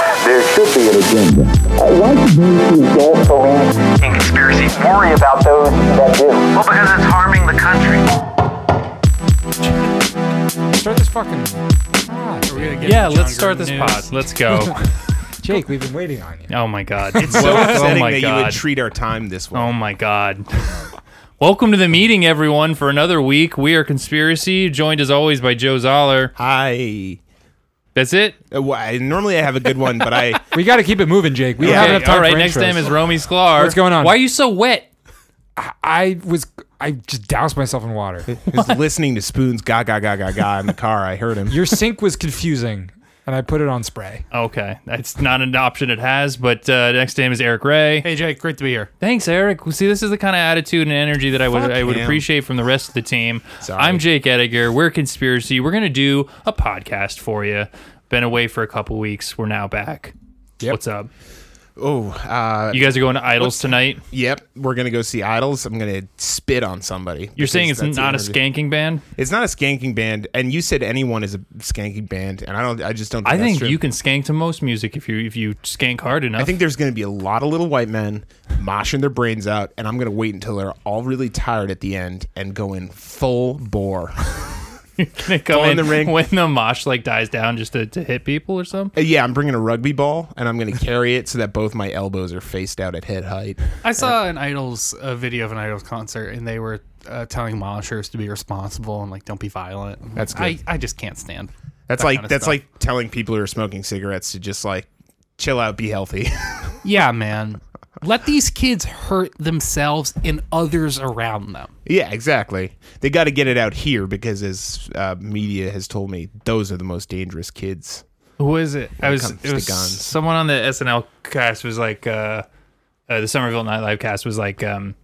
should be an agenda. Uh, Why do you don't believe in conspiracy. worry about those that do? Well, because it's harming the country. Start this fucking. pod. Yeah, let's start this pod. Let's go. Jake, we've been waiting on you. oh my god, it's so So oh upsetting my that you would god. treat our time this way. oh my god. Welcome to the meeting, everyone, for another week. We are conspiracy, joined as always by Joe Zoller. Hi. That's it. Uh, well, I- normally I have a good one, but I We got to keep it moving, Jake. We don't have Okay, enough time all right, for next intros. time is Romy Sklar. What's going on? Why are you so wet? I was. I just doused myself in water. was listening to Spoon's ga ga ga ga ga in the car. I heard him. Your sink was confusing, and I put it on spray. Okay, that's not an option it has. But uh, next time is Eric Ray. Hey Jake, great to be here. Thanks, Eric. Well, See, this is the kind of attitude and energy that I would Fuck I would him. appreciate from the rest of the team. Sorry. I'm Jake Ettinger. We're Conspiracy. We're gonna do a podcast for you. Been away for a couple weeks. We're now back. Yep. What's up? Oh, uh, You guys are going to Idols tonight. yep. We're gonna go see Idols. I'm gonna spit on somebody. You're saying it's because that's the not a energy. skanking band. It's not a skanking band, and you said anyone is a skanking band, and I don't. I just don't. Think I that's think true. you can skank to most music if you if you skank hard enough. I think there's going to be a lot of little white men moshing their brains out, and I'm going to wait until they're all really tired at the end and go in full bore. they come Go in in the ring. when the mosh like dies down just to, to hit people or something. Uh, yeah, I'm bringing a rugby ball, and I'm going to carry it so that both my elbows are faced out at head height. I Uh, saw an Idols a video of an Idols concert, and they were uh, telling monitors to be responsible and like don't be violent. That's I, good. I just can't stand. That's that like kinda that's stuff. like telling people who are smoking cigarettes to just like chill out, be healthy. yeah, man. Let these kids hurt themselves and others around them. yeah, exactly. They got to get it out here because, as uh, media has told me, those are the most dangerous kids. Who is it? I was, comes it to was guns. someone on the SNL cast was like, uh, uh, the Somerville Nightlife cast was like, um,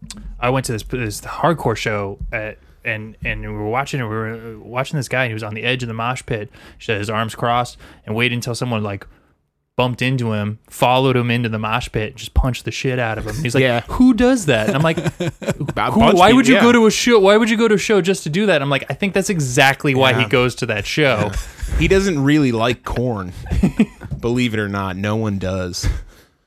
I went to this this hardcore show at. And, and we were watching it. We were uh, watching this guy, and he was on the edge of the mosh pit. He had his arms crossed, and waited until someone like bumped into him, followed him into the mosh pit, and just punched the shit out of him. He's like, Yeah. "Who does that?" And I'm like, Who, Who- why would you go to a show? Why would you go to a show just to do that? I'm like, I think that's exactly why he Yeah. goes to that show. He doesn't really like corn. Believe it or not, no one does,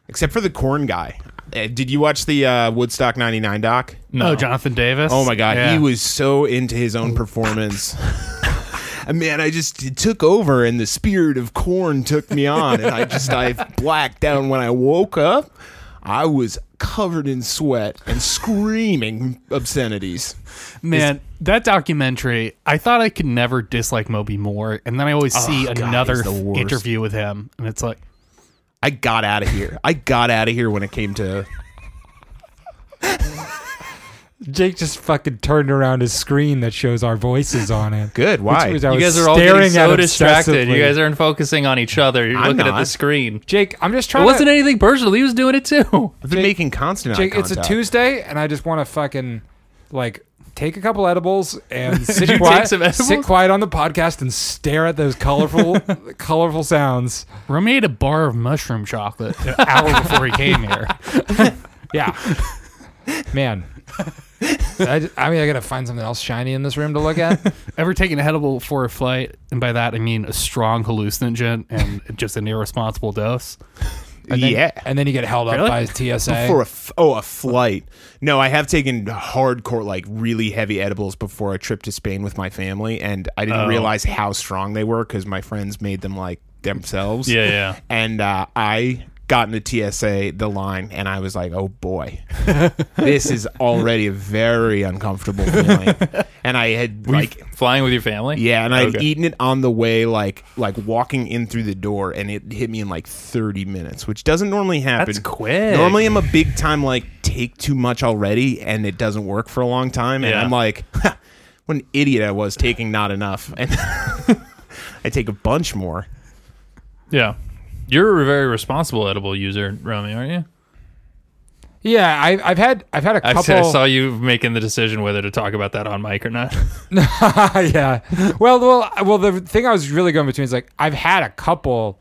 except for the corn guy. Uh, did you watch the uh, Woodstock '99 doc? No. Oh, Jonathan Davis. Oh my god, Yeah. he was so into his own performance. And Man, I just it took over, and the spirit of corn took me on, and I just I blacked out. And when I woke up, I was covered in sweat and screaming obscenities. man. that documentary. I thought I could never dislike Moby more, and then I always see God, another he's the worst. interview with him, and it's like, I got out of here. I got out of here when it came to Jake just fucking turned around his screen that shows our voices on it. good. Why? Which was I You was guys are all getting staring at so it distracted. You obsessively. guys aren't focusing on each other. You're I'm looking at the not. screen. Jake, I'm just It trying. wasn't to, anything personal. He was doing it too. I've been Jake- making constant eye Jake, it's a contact. Tuesday, and I just want to fucking like take a couple edibles and sit you quiet, take some edibles? sit quiet on the podcast and stare at those colorful, colorful sounds. Romy ate a bar of mushroom chocolate an hour before he came here. Yeah, man. I, j- I mean, I gotta find something else shiny in this room to look at. Ever taken an edible before a flight? And by that, I mean a strong hallucinogen and just an irresponsible dose. And then, yeah. and then you get held up Really? by TSA. for a f- oh a flight. No, I have taken hardcore like really heavy edibles before a trip to Spain with my family, and I Oh. didn't realize how strong they were because my friends made them like themselves. Yeah, yeah. And uh, I got into TSA the line, and I was like, oh boy, this is already a very uncomfortable feeling. and I had like Flying with your family? yeah, and I had Okay. eaten it on the way, like like walking in through the door, and it hit me in like thirty minutes, which doesn't normally happen. That's quick. Normally, I'm a big time like take too much already, and it doesn't work for a long time, and Yeah. I'm like, "Ha, what an idiot I was taking not enough, and I take a bunch more. Yeah. You're a very responsible edible user, Romy, aren't you? yeah, I, I've had I've had a I, couple. I saw you making the decision whether to talk about that on mic or not. yeah. Well, well, well. The thing I was really going between is like I've had a couple,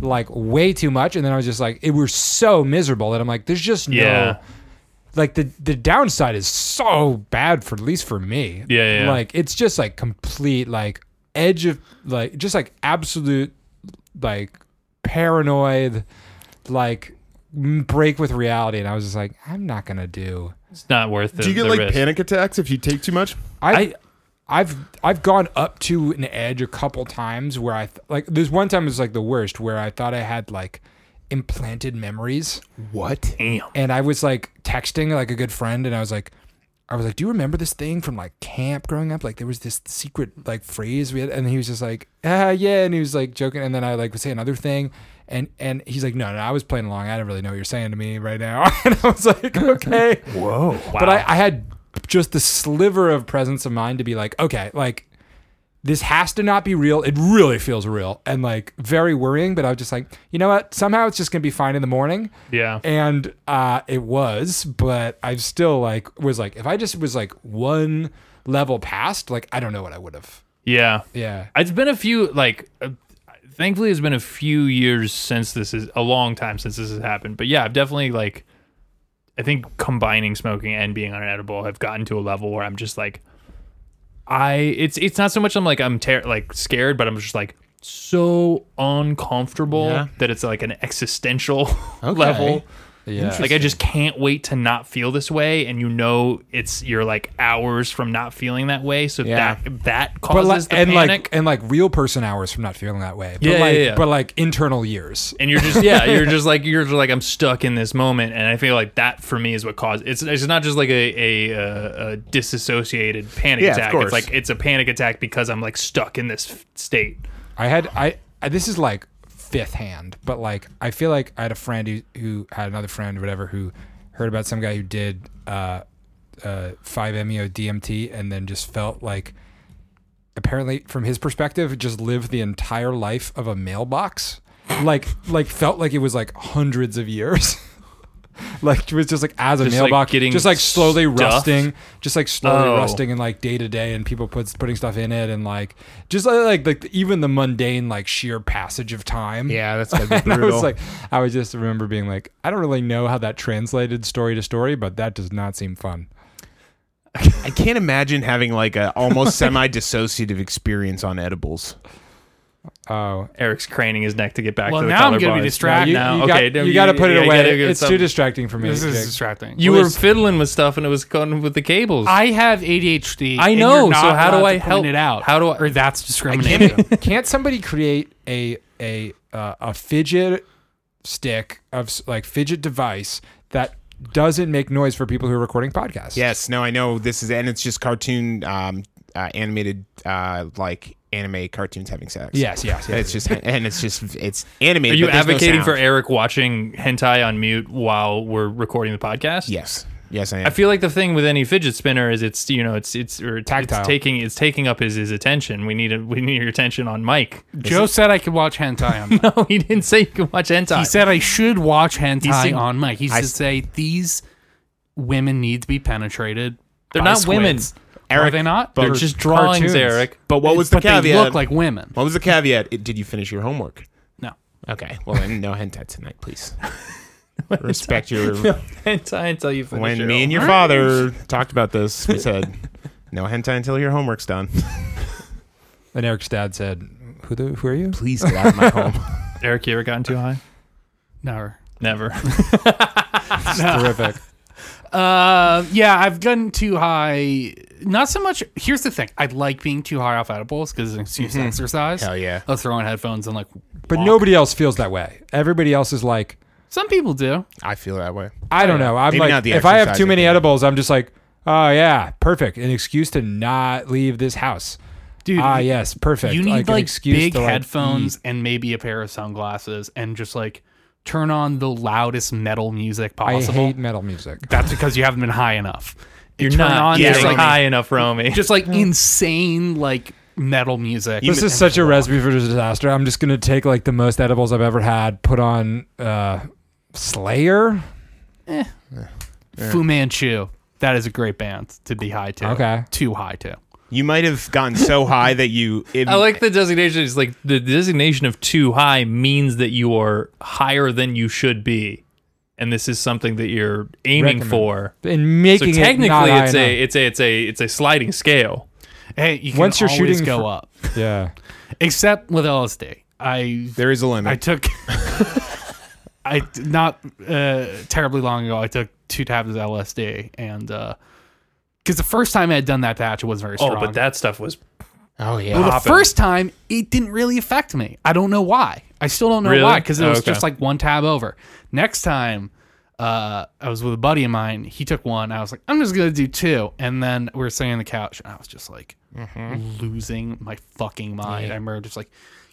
like way too much, and then I was just like, it was so miserable that I'm like, there's just no, Yeah. like the the downside is so bad for at least for me. Yeah, yeah, yeah. Like it's just like complete like edge of like just like absolute like paranoid like m- break with reality, and I was just like, I'm not gonna do. It's not worth it. Do you get like risk. panic attacks if you take too much? I, I've I've gone up to an edge a couple times where I th- like. There's one time it was like the worst where I thought I had like implanted memories. What? Damn. and I was like texting like a good friend, and I was like, I was like, do you remember this thing from like camp growing up? Like there was this secret like phrase we had, and he was just like, ah, yeah, and he was like joking, and then I like would say another thing. And, and he's like, no, no, I was playing along. I don't really know what you're saying to me right now. And I was like, okay. Whoa. Wow. But I, I had just the sliver of presence of mind to be like, okay, like this has to not be real. It really feels real and like very worrying. But I was just like, you know what? Somehow it's just going to be fine in the morning yeah. and uh, it was, but I still like was like if I just was like one level past, like I don't know what I would have. yeah. Yeah, It's been a few like uh, thankfully it's been a few years since this is a long time since this has happened. But yeah, I've definitely like I think combining smoking and being on an edible have gotten to a level where I'm just like I it's it's not so much I'm like I'm ter- like scared, but I'm just like so uncomfortable Yeah. that it's like an existential level. yeah. Like I just can't wait to not feel this way, and you know it's you're like hours from not feeling that way, so Yeah. that that but causes like, the and panic. like and like real person hours from not feeling that way. But Yeah, yeah, like, yeah. But like internal years. and you're just yeah you're just like you're just like i'm stuck in this moment and i feel like that for me is what caused it's it's not just like a a, uh a disassociated panic Yeah, of attack course. it's like it's a panic attack because i'm like stuck in this f- state I had I, I this is like fifth hand, but like I feel like I had a friend who who had another friend whatever who heard about some guy who did uh uh 5-MeO DMT and then just felt like apparently from his perspective just lived the entire life of a mailbox. Like like felt like it was like hundreds of years. like it was just like as a Just, like, mailbox getting just like slowly stuffed? rusting just like slowly Oh. rusting and like day to day and people puts putting stuff in it and like just uh, like like the, even the mundane like sheer passage of time Yeah, that's gotta be and i brutal. was like i would just remember being like i don't really know how that translated story to story but that does not seem fun I can't imagine having like a almost semi-dissociative experience on edibles. oh eric's craning his neck to get back Well, to the now I'm collar gonna be bars. distracted. you, now you okay got, no, you got to put it I away gotta give it's too some- distracting for me This is Jake. distracting. you Well, were fiddling with stuff and it was going with the cables I have ADHD. I and know, you're not so how do allowed I to point help? it out? How do I- Or that's discrimination. can't somebody create a a uh, a fidget stick of s- like fidget device that doesn't make noise for people who are recording podcasts Yes, no, I know this is, and it's just cartoon, um, uh, animated, uh, like anime cartoons having sex. Yes, yes, yes, it's just, and it's just, it's animated. are you but there's no advocating for sound. eric watching hentai on mute while we're recording the podcast Yes, yes, I am. I feel like the thing with any fidget spinner is it's you know it's it's or it's- Tactile. it's taking it's taking up his his attention. We need a, we need your attention on Mike. Joe said I could watch hentai on Mike. No, he didn't say you can watch hentai. He said I should watch hentai said- on Mike. He should say these women need to be penetrated. They're by not women. squids." Eric, Are they not? they're They're- just drawings, cartoons. Eric. but what was the but caveat? they look like women. what was the caveat? It- did you finish your homework? No. Okay, well then, no hentai tonight, please. Respect your. hentai until you finish. When your me and your father talked about this, we said, "No hentai until your homework's done." and eric's dad said who the who are you Please get out of my home. homework. Eric, you ever gotten too high? Never. Never. terrific Uh, yeah, I've gotten too high. Not so much. Here's the thing. I like being too high off edibles because it's an Mm-hmm. excuse to exercise. Hell yeah. I'll throw on headphones and like. But walk. nobody else feels that way. Everybody else is like, Some people do. I feel that way. I don't know. I'm Oh, Maybe like, not the if I have too exercising many thing. edibles, I'm just like, oh yeah, perfect, an excuse to not leave this house. Dude, ah you- yes, perfect. You need like, an excuse big to, like, headphones eat. and maybe a pair of sunglasses and just like turn on the loudest metal music I possible. hate metal music. That's because you haven't been high enough. You're Turn not on getting just like high enough, Romy. just like insane like metal music. This is such a recipe for disaster. I'm just gonna take like the most edibles I've ever had, put on uh, Slayer. Fu Manchu. That is a great band to be high to. Okay. Too high to. You might have gotten so high that you. It, I like the designation. It's like the designation of too high means that you are higher than you should be, and this is something that you're aiming Recommend. for. And So making it not technically, high it's a enough. it's a it's a it's a sliding scale. Hey, you can Once you're always shooting go for- up. yeah. Except with LSD. I there is a I limit. took I not uh, terribly long ago, I took two tablets of LSD, and because the first time I had done that patch, it wasn't very strong. Oh, but that stuff was Oh yeah. Well, the popping. first time it didn't really affect me. I don't know why. I still don't know Really? why because it Oh, was okay. just like one tab over. Next time, uh, I was with a buddy of mine. He took one. I was like, I'm just gonna do two. And then we were sitting on the couch, and I was just like Mm-hmm. losing my fucking mind. I remember just like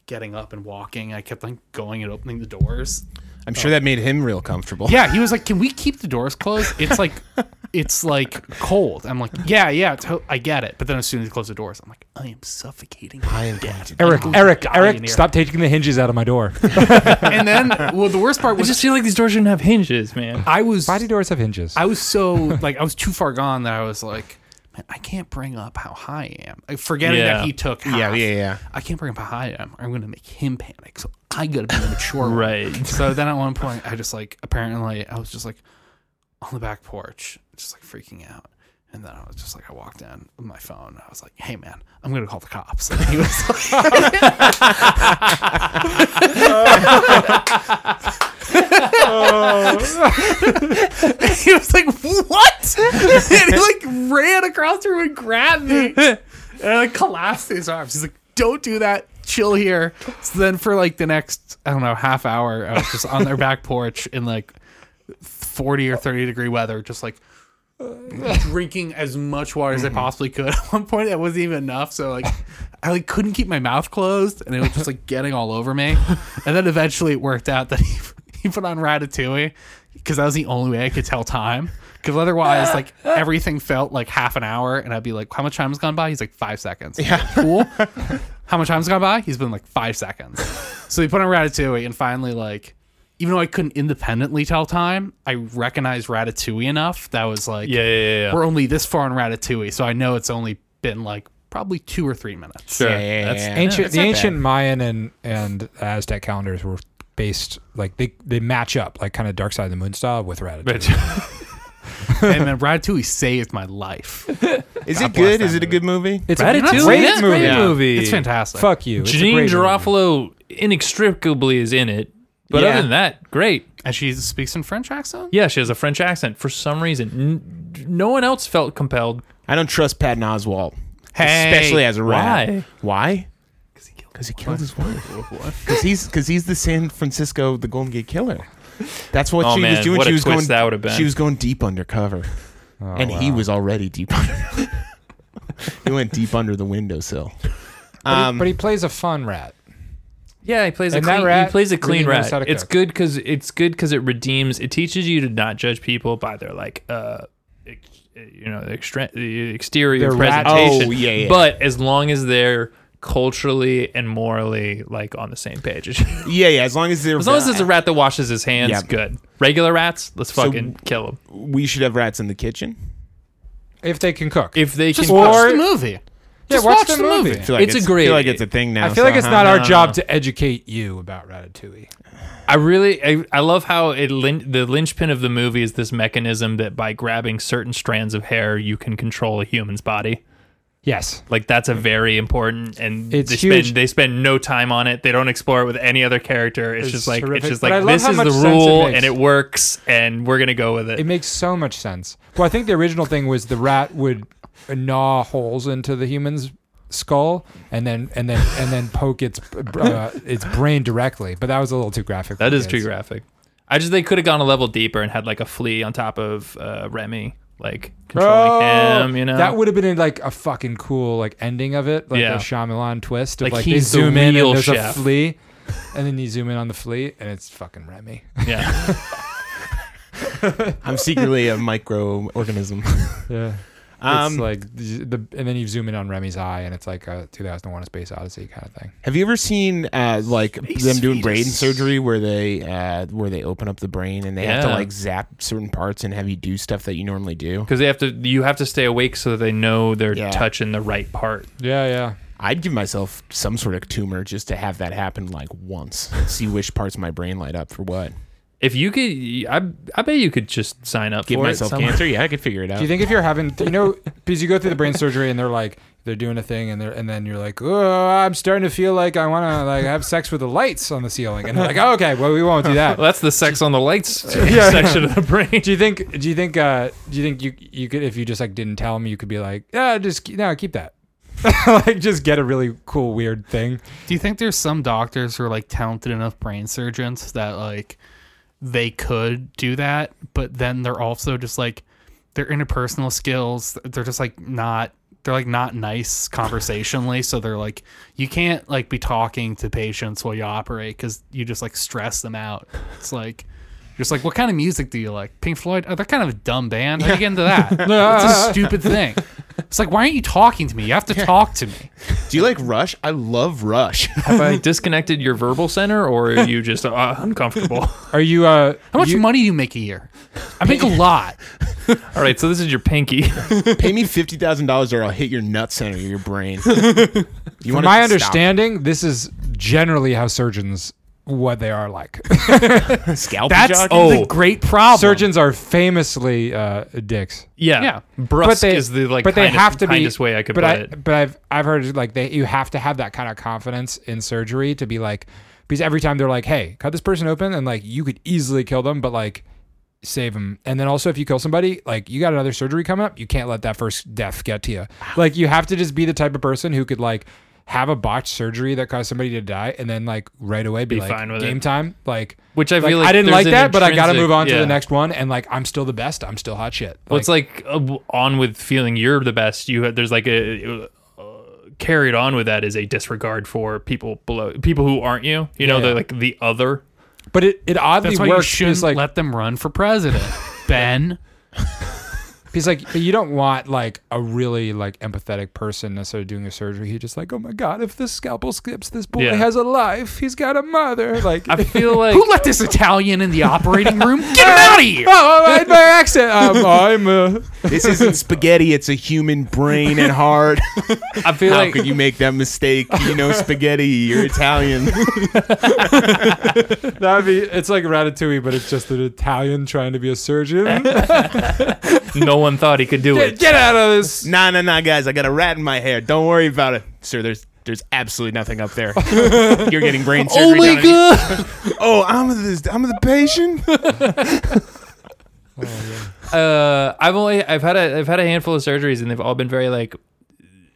getting up and walking. I kept like going and opening the doors. I'm sure that made him real comfortable. Yeah, he was like, "Can we keep the doors closed? It's like, it's like cold." I'm like, "Yeah, yeah, to- I get it." But then as soon as he closed the doors, I'm like, "I am suffocating." I am going to- Eric, I'm Eric, dying Eric, here. stop taking the hinges out of my door. and then well the worst part I was just feel like these doors shouldn't have hinges, man. I was Why do doors have hinges? I was so like I was too far gone that I was like man I can't bring up how high I am like, forgetting Yeah. that he took half. yeah, yeah. I can't bring up how high I am I'm gonna make him panic so I gotta be the mature one. Right. so then at one point I just like apparently I was just like on the back porch just like freaking out and then I was just like I walked in with my phone I was like hey man I'm gonna call the cops and he was like he was like, "What?" and he like ran across the room and grabbed me, and I like collapsed in his arms. He's like, "Don't do that. Chill here." So then, for like the next, I don't know, half hour, I was just on their back porch in like forty or thirty degree weather, just like drinking as much water as I possibly could. At one point, that wasn't even enough, so like. I like couldn't keep my mouth closed, and it was just like getting all over me. And then eventually, it worked out that he, he put on Ratatouille because that was the only way I could tell time. Because otherwise, like everything felt like half an hour, and I'd be like, "How much time has gone by?" He's like, five seconds." Yeah, cool. How much time's gone by? He's been like five seconds. So he put on Ratatouille, and finally, like, even though I couldn't independently tell time, I recognized Ratatouille enough that was like, Yeah, yeah, yeah. yeah. we're only this far in Ratatouille, so I know it's only been like probably two or three minutes. Sure. Yeah, yeah, That's- yeah. ancient That's the not ancient Mayan and and Aztec calendars were based like they they match up like kind of Dark Side of the Moon style with Ratatouille. and then Ratatouille saved my life. bad. Is it good? Is it a good movie? It's Ratatouille? a great That's a movie. great Yeah. movie. It's fantastic. Fuck you. It's a Janine great movie. Garofalo inextricably is in it, but Yeah. other than that, great. And she speaks in French accent? Yeah, she has a French accent for some reason. N- no one else felt compelled. I don't trust Patton Oswalt, Hey, especially as a rat. why? Why? Because he killed his wife. Because he's because he's the San Francisco, the Golden Gate Killer. That's what Oh, she man, was doing. what she a was twist going. that would've been. She was going deep undercover, and he was already deep under. he went deep under the windowsill. But, he- Um, but he plays a fun rat. Yeah, he plays And a that clean, rat he plays a clean really knows how rat. to It's cook. good because it's good because it redeems. It teaches you to not judge people by their like, uh, ex- you know, the, extre- the exterior Their rat- presentation. Oh, yeah, yeah. But as long as they're culturally and morally like on the same page, as yeah, yeah. As long as there, long as it's a rat that washes his hands, Yeah. good. Regular rats, let's So- fucking kill them we should have rats in the kitchen. If they can cook. if they Just can. watch Or- the movie. Yeah, Just watch watch the the movie. movie. I feel like It's a it's, great- I feel like it's a thing now. I feel like it's somehow. not our no, job no. to educate you about Ratatouille. I really, I, I love how it lin- the linchpin of the movie is this mechanism that by grabbing certain strands of hair, you can control a human's body. Yes. Like that's a very important, and It's they huge. spend they spend no time on it. They don't explore it with any other character. It's, It's just like terrific. it's just But I like love this how is much the sense it rule, makes. and it works, and we're gonna go with it. It makes so much sense. Well, I think the original thing was the rat would gnaw holes into the human's skull and then and then and then poke its uh, its brain directly. But that was a little too graphic. that for is too kids. graphic. I just they could have gone a level deeper and had like a flea on top of uh, Remy, like controlling Oh, him. You know that would have been like a fucking cool like ending of it, like Yeah. a Shyamalan twist of Like, like, they he's the zoom in real and there's chef. a flea, and then you zoom in on the flea and it's fucking Remy. yeah. I'm secretly a microorganism. Yeah, Um, it's like the, the- and then you zoom in on Remy's eye and it's like a 2001: A Space Odyssey kind of thing. Have you ever seen uh, like them doing brain fetus. surgery where they uh, where they open up the brain and they have to Yeah. like zap certain parts and have you do stuff that you normally do? Because they have to, you have to stay awake so that they know they're Yeah. touching the right part. Yeah, yeah. I'd give myself some sort of tumor just to have that happen like once, and see which parts of my brain light up for what. If you could, I, I bet you could just sign up Give for myself it. somewhere. cancer? Yeah, I could figure it out. Do you think if you're having, you know, because you go through the brain surgery and they're like, they're doing a thing and they're and then you're like, oh, I'm starting to feel like I want to like have sex with the lights on the ceiling, and they're like, oh, okay, well we won't do that. Well, that's the sex on the lights yeah. section of the brain. Do you think? Do you think? Uh, do you think you you could if you just like didn't tell them, you could be like, yeah, just ke- no, keep that. like just get a really cool weird thing. Do you think there's some doctors who are like talented enough brain surgeons that like they could do that, but then they're also just like their interpersonal skills, they're just like not they're like not nice conversationally, so they're like you can't like be talking to patients while you operate cuz you just like stress them out. It's like just like what kind of music do you like? Pink Floyd? Oh, they're kind of a dumb band. How do you get into that? It's a stupid thing. It's like why aren't you talking to me? You have to talk to me. Do you like Rush? I love Rush. Have I disconnected your verbal center, or are you just uh, uncomfortable? Are you? Uh, How much money do you make a year? I make a lot. All right, so this is your pinky. Pay me fifty thousand dollars, or I'll hit your nut center of your brain. You From want my understanding, this is generally how surgeons what they are like. Scalp That's Oh. the great problem. surgeons are famously uh, dicks. Yeah, Yeah. Brusque is the like. but they kindest- have to kindest be, way I could but put I, it. But I've I've heard like they you have to have that kind of confidence in surgery to be like because every time they're like, hey, cut this person open, and like you could easily kill them, but like save them. And then also if you kill somebody, like you got another surgery coming up, you can't let that first death get to you. Ah. Like you have to just be the type of person who could like have a botched surgery that caused somebody to die and then like right away be, Be like fine with game it. time like Which I feel like I didn't there's like an that but I got to intrinsic- move on to yeah. the next one and like I'm still the best I'm still hot shit Well, it's like uh, w- on with feeling you're the best. You have, there's like a uh, carried on with that is a disregard for people below people who aren't you. You know, Yeah. they're like the other. but it, it oddly That's why you works shouldn't because, like let them run for president, Ben. He's like, but you don't want like a really like empathetic person necessarily doing a surgery. He's just like, oh my god, if this scalpel skips, this boy Yeah. has a life. He's got a mother. Like, I feel like Who let this Italian in the operating room? Get him out of here! oh, I, my accent. Um, I'm. Uh, This isn't spaghetti. It's a human brain and heart. I feel How like could you make that mistake? You know spaghetti. You're Italian. that'd be. It's like Ratatouille, but it's just an Italian trying to be a surgeon. no one thought he could do get, it. get out of this. nah, nah, nah, guys. I got a rat in my hair. Don't worry about it, sir. There's there's absolutely nothing up there. You're getting brain surgery. done on you. Oh, I'm the I'm the patient. Uh, I've only I've had a I've had a handful of surgeries and they've all been very like.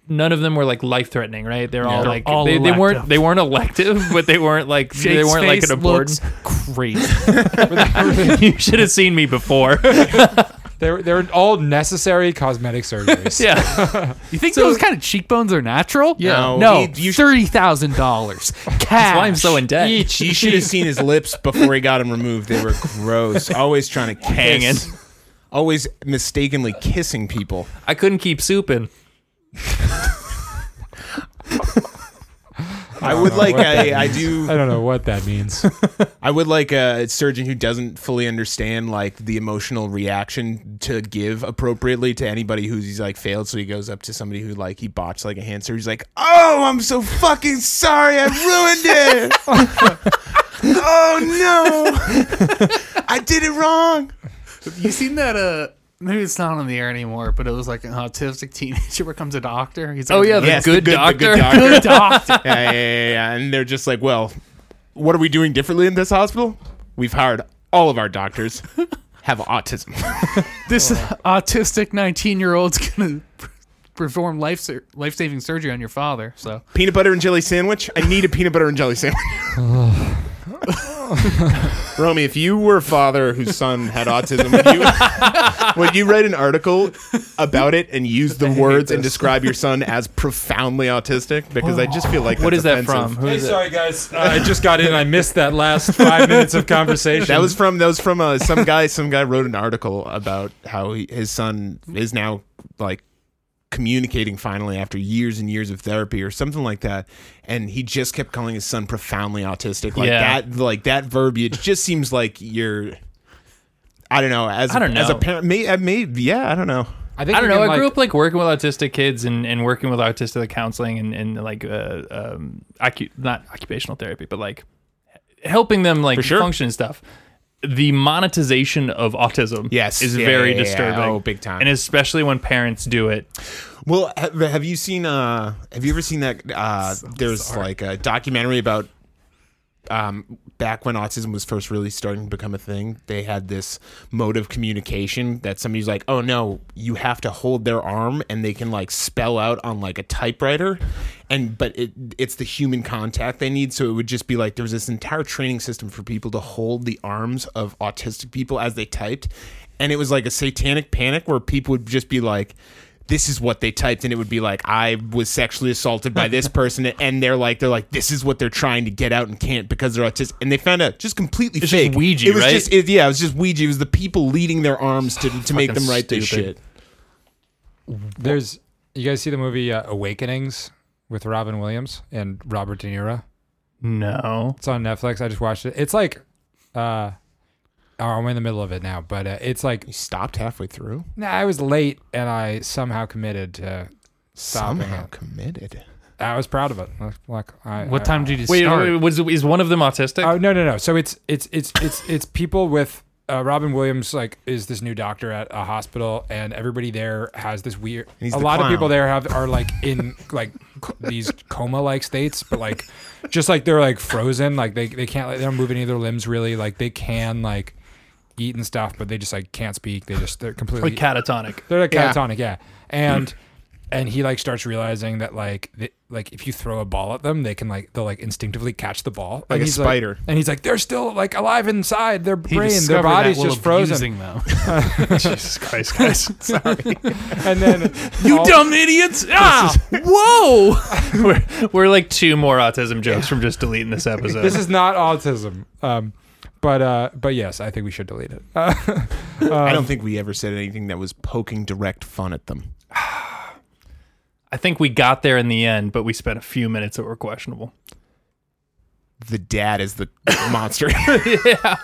None of them were like life threatening, right? They're all They're like all they, they weren't elective. they weren't elective, but they weren't like they Jake's weren't like face an important. looks Crazy. you should have seen me before. They're they're all necessary cosmetic surgeries. yeah, You think those kind of cheekbones are natural? Yeah. No. No, he- you- Thirty thousand dollars cash. That's why I'm so in debt. Each. You should have seen his lips before he got them removed. They were gross. Always trying to kiss. Hanging. Always mistakenly kissing people. I couldn't keep souping. I would like what that a, I means. do I don't know what that means. I would like a surgeon who doesn't fully understand like the emotional reaction to give appropriately to anybody who's he's like failed. So he goes up to somebody who like he botched like a hand surgery. He's like, "Oh, I'm so fucking sorry. I ruined it. oh no, I did it wrong." You seen that? Uh, maybe it's not on the air anymore, but it was like an autistic teenager becomes a doctor. He's like, Oh, yeah, the Yes, good doctor. The good doctor. doctor. yeah, yeah, yeah, yeah. And they're just like, "Well, what are we doing differently in this hospital? We've hired all of our doctors." Have autism. this autistic 19 year old's gonna perform life sur- life saving surgery on your father. So peanut butter and jelly sandwich. I need a peanut butter and jelly sandwich. Romy, if you were a father whose son had autism, would you, would you write an article about it and use the words and describe your son as profoundly autistic? Because I just feel like What that's is that offensive. from? Who is it? guys. Uh, I just got in. I missed that last five minutes of conversation. That was from that was from uh, some guy. Some guy wrote an article about how he, his son is now like communicating finally after years and years of therapy or something like that. And he just kept calling his son profoundly autistic. Like Yeah. that, like that verbiage just seems like you're. I don't know. As I don't as a know. parent, may, uh, may, yeah, I don't know. I think I don't you know. can, I grew like- up like working with autistic kids and, and working with autistic counseling and, and like uh, um, ocu- not occupational therapy, but like helping them like function and stuff. The monetization of autism Yes. is Yeah, very yeah, yeah, yeah. disturbing. Oh, big time. And especially when parents do it Well, have, have you seen? uh Have you ever seen that? uh There's like a documentary about um back when autism was first really starting to become a thing. They had this mode of communication that somebody's like, "Oh no, you have to hold their arm," and they can like spell out on like a typewriter, and but it it's the human contact they need. So it would just be like there was this entire training system for people to hold the arms of autistic people as they typed. And it was like a satanic panic where people would just be like, this is what they typed and it would be like i was sexually assaulted by this person and they're like they're like this is what they're trying to get out and can't because they're autistic and they found out just completely It's just fake Ouija, it was right? just it, yeah it was just ouija it was the people leading their arms to, to make them Fucking write this stupid. shit There's you guys see the movie uh, Awakenings with Robin Williams and Robert De Niro. No. It's on Netflix. I just watched it. It's like, uh, oh, I'm in the middle of it now, but uh, it's like you stopped halfway through nah, I was late and I somehow committed to. Stopping somehow it. committed I was proud of it. Like, Like, I, What I- time did you Wait, start? wait, was, is one of them autistic? Oh no no no! So it's it's it's it's it's people with uh, Robin Williams like is this new doctor at a hospital, and everybody there has this weird. He's a the lot clown. of people there have are like in like c- these coma like states, but like just like they're like frozen, like they they can't like, they don't move any of their limbs really. Like they can like eat and stuff, but they just like can't speak. They just they're completely like catatonic. they're like Yeah. catatonic, yeah. And and he like starts realizing that like th- like if you throw a ball at them, they can like they'll like instinctively catch the ball, And Like a he's spider. and he's like, they're still like alive inside their He brain. Their discovered that body's while just frozen. abusing them. Jesus Christ, guys. And then you dumb idiots! Ah, whoa! we're, we're like two more autism jokes from just deleting this episode. this is not autism. Um, but uh, but yes, I think we should delete it. Uh, Um, i don't think we ever said anything that was poking direct fun at them I think we got there in the end, but we spent a few minutes that were questionable. the dad is the monster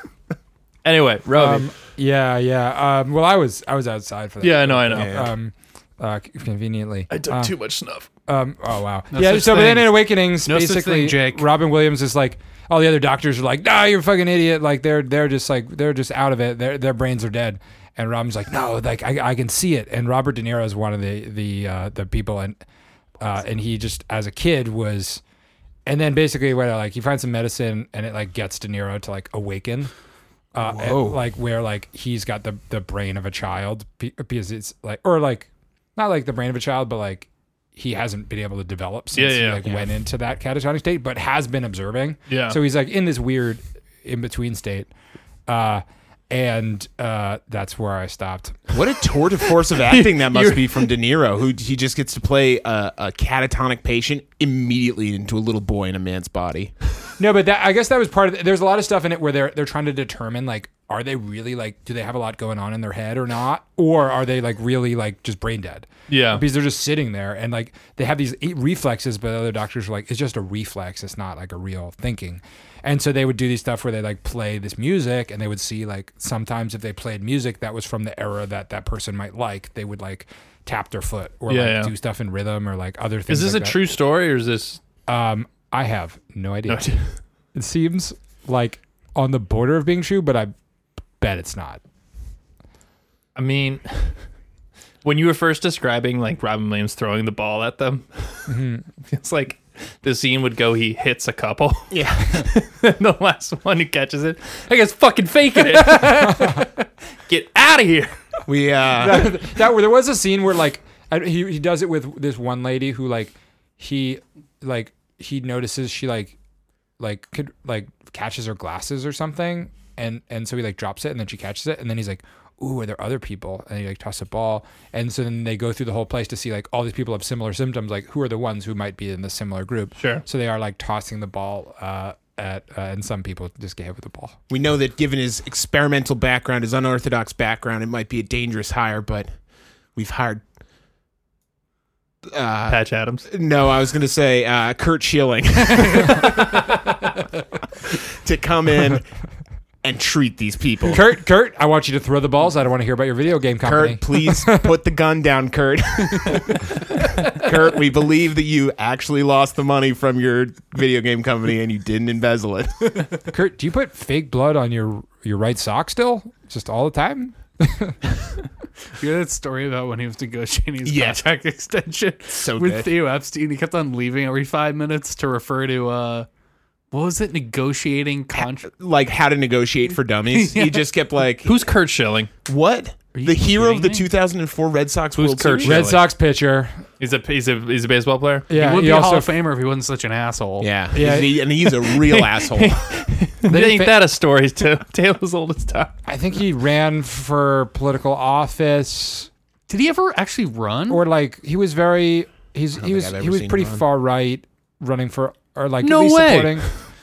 Anyway, Robbie. um, yeah, yeah. Um, well, I was I was outside for that. yeah, I know, I know. Yeah. Um, uh, conveniently, I took Uh, too much snuff. Um, oh wow. No yeah. such So, but then thing. in Awakenings, No such basically, thing, Jake. Robin Williams is like, all the other doctors are like, "Nah, you're a fucking idiot." Like they're they're just like they're just out of it. Their their brains are dead. And Robin's like, "No, like I, I can see it." And Robert De Niro is one of the the uh, the people, and uh, and he just as a kid was, and then basically what like he finds some medicine and it like gets De Niro to like awaken. Uh, and, Whoa. like where like he's got the the brain of a child be- because it's like or like not like the brain of a child but like he hasn't been able to develop since Yeah, yeah, he like yeah. went into that catatonic state but has been observing Yeah. so he's like in this weird in between state uh and uh that's where i stopped What a tour de force of acting that must be from De Niro, who he just gets to play a, a catatonic patient immediately into a little boy in a man's body. No, but that I guess that was part of. The, there's a lot of stuff in it where they're they're trying to determine like, are they really like, do they have a lot going on in their head or not, or are they like really like just brain dead? Yeah. because they're just sitting there and like they have these eight reflexes, but other doctors are like, it's just a reflex. It's not like a real thinking. And so they would do these stuff where they like play this music, and they would see like sometimes if they played music that was from the era that that person might like, they would like tap their foot or Yeah, like yeah. do stuff in rhythm or like other Is things. this like a that. true story or is this? Um, I have no idea. No, It seems like on the border of being true, but I bet it's not. I mean, when you were first describing like Robin Williams throwing the ball at them, it's like the scene would go. He hits a couple. Yeah, the last one who catches it, I guess, fucking faking it. Get out of here. We uh, That there was a scene where like I, he he does it with this one lady who like he like he notices she like like could like catches her glasses or something, and and so he like drops it and then she catches it and then he's like. Ooh, are there other people? And he like toss a ball, and so then they go through the whole place to see like all these people have similar symptoms. Like, who are the ones who might be in the similar group? Sure. So they are like tossing the ball uh, at, uh, and some people just get hit with the ball. we know that given his experimental background, his unorthodox background, it might be a dangerous hire, but we've hired. Uh, Patch Adams. no, I was going to say uh, Kurt Schilling to come in and treat these people. Kurt, Kurt, I want you to throw the balls. I don't want to hear about your video game company. Kurt, please put the gun down, Kurt. Kurt, we believe that you actually lost the money from your video game company and you didn't embezzle it. Kurt, do you put fake blood on your your right sock still, just all the time? You know that story about when he was negotiating his Yeah. contract extension So with good. Theo Epstein? He kept on leaving every five minutes to refer to uh, what was it? Negotiating contract. like how to negotiate for dummies. He just kept like, Who's Kurt Schilling? what? The hero of the kidding me? 2004 Red Sox Who's World Kurt Series? Red Really? Sox pitcher. He's a he's a he's a baseball player. Yeah, he would he be a Hall also of Famer if he wasn't such an asshole. Yeah, Yeah. He's- he- and he's a real asshole. They didn't ain't fa- that a story to tale as old as time? I think he ran for political office Did he ever actually run? or like he was very he's he think was I've ever he was seen pretty him run. far right running for or like No at least way. supporting.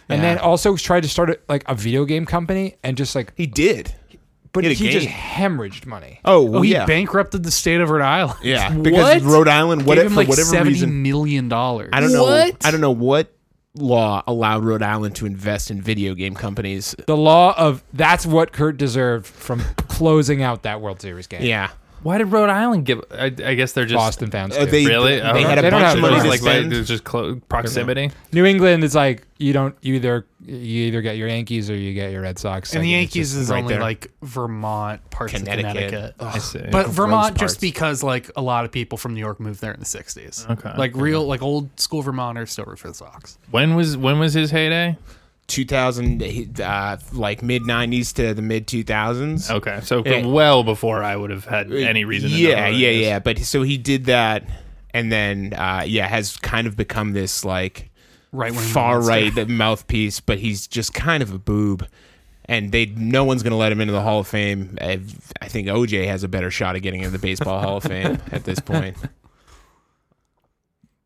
And then also tried to start a, like a video game company and just like he did. but He he, had a just game. hemorrhaged money. Oh, well, oh, he yeah, bankrupted the state of Rhode Island. yeah. Because What? Rhode Island, what, Gave him for like whatever seventy reason, million dollars. I don't know. What? I don't know what law allowed Rhode Island to invest in video game companies. The law of that's what Kurt deserved from closing out that World Series game. Yeah, Why did Rhode Island give? I, I guess they're just Boston fans. Uh, do. they Really? They Oh, had a they don't bunch have of money to money to like, like spend. there's just clo- proximity. New England is like you don't you either you either get your Yankees or you get your Red Sox. and Like, the it's Yankees just is right only there. like Vermont, parts Connecticut. of Connecticut. I see. But Vermont, parts. just because like a lot of people from New York moved there in the '60s. Okay. like real, like old school Vermonters still root for the Sox. when was when was his heyday? 2000, uh, like mid 90s to the mid 2000s. Okay, so Yeah. well before I would have had any reason. to know yeah who it yeah is. yeah but so he did that and then uh yeah has kind of become this like Right wing far monster. right mouthpiece but he's just kind of a boob and they no one's going to let him into the hall of fame i I think oj has a better shot at getting into the baseball hall of fame at this point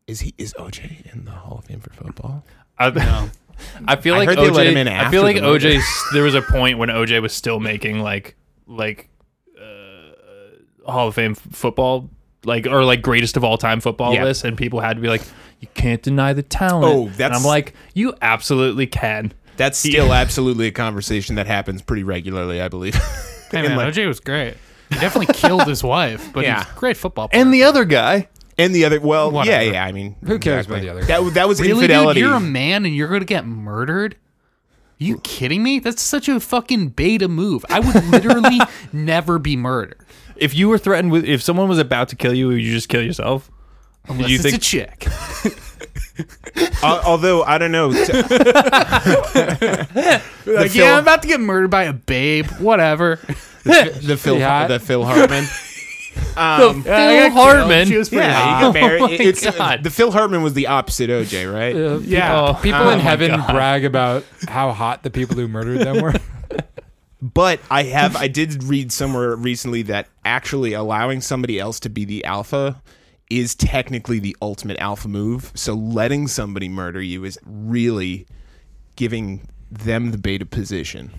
is he is oj in the hall of fame for football I, I feel I like heard they OJ. let him in I after feel like the murder. OJ. 's- There was a point when OJ was still making like like uh, Hall of Fame f- football. Like or like greatest of all time football Yeah. lists, and people had to be like, "You can't deny the talent." Oh, and that's- I'm like, "You absolutely can." that's still absolutely a conversation that happens pretty regularly i believe Hey, man, OJ was great. He definitely killed his wife, but Yeah. he's a great football player. And the other guy, and the other well Whatever. yeah yeah i mean Who cares about the other guy? that, that was really, dude, infidelity you're a man and you're going to get murdered. Are you kidding me? That's such a fucking beta move. I would literally never be murdered if you were threatened with, if someone was about to kill you, would you just kill yourself? unless you it's think- a chick. Al- Uh, although I don't know, t- Like, Phil- yeah, I'm about to get murdered by a babe. Whatever. the Phil Pretty hot. the Phil Hartman. Um, Phil Hartman. She was pretty yeah, hot. he got married. my it's God. the Phil Hartman was the opposite OJ, right? Uh, pe- Yeah. people Oh in my heaven God. brag about how hot the people who murdered them were. But I have I did read somewhere recently that actually allowing somebody else to be the alpha is technically the ultimate alpha move. So letting somebody murder you is really giving them the beta position.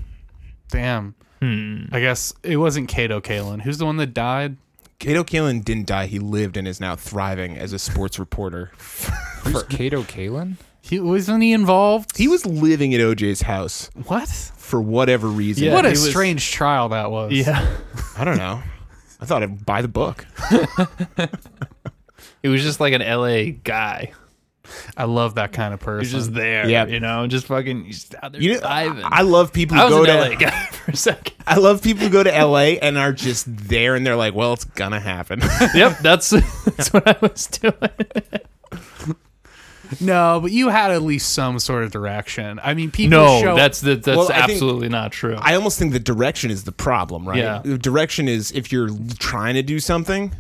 Damn. Hmm. I guess it wasn't Kato Kalin. Who's the one that died? Kato Kalin didn't die; he lived and is now thriving as a sports reporter. Who's Kato Kalin? He wasn't he involved? He was living at OJ's house what? for whatever reason. Yeah, what a he was- strange trial that was. Yeah, I don't know. I thought I'd buy the book. he was just like an LA guy. I love that kind of person. He's just there. Yeah. you know, just fucking he's just out there You know, diving. I love people who I was go an to LA guy for a second. I love people who go to LA and are just there and they're like, well, it's gonna happen. yep, that's that's what I was doing. No, but you had at least some sort of direction. I mean, people No, show that's the, that's Well, I think- absolutely not true. I almost think the direction is the problem, right? Yeah. The Direction is if you're trying to do something,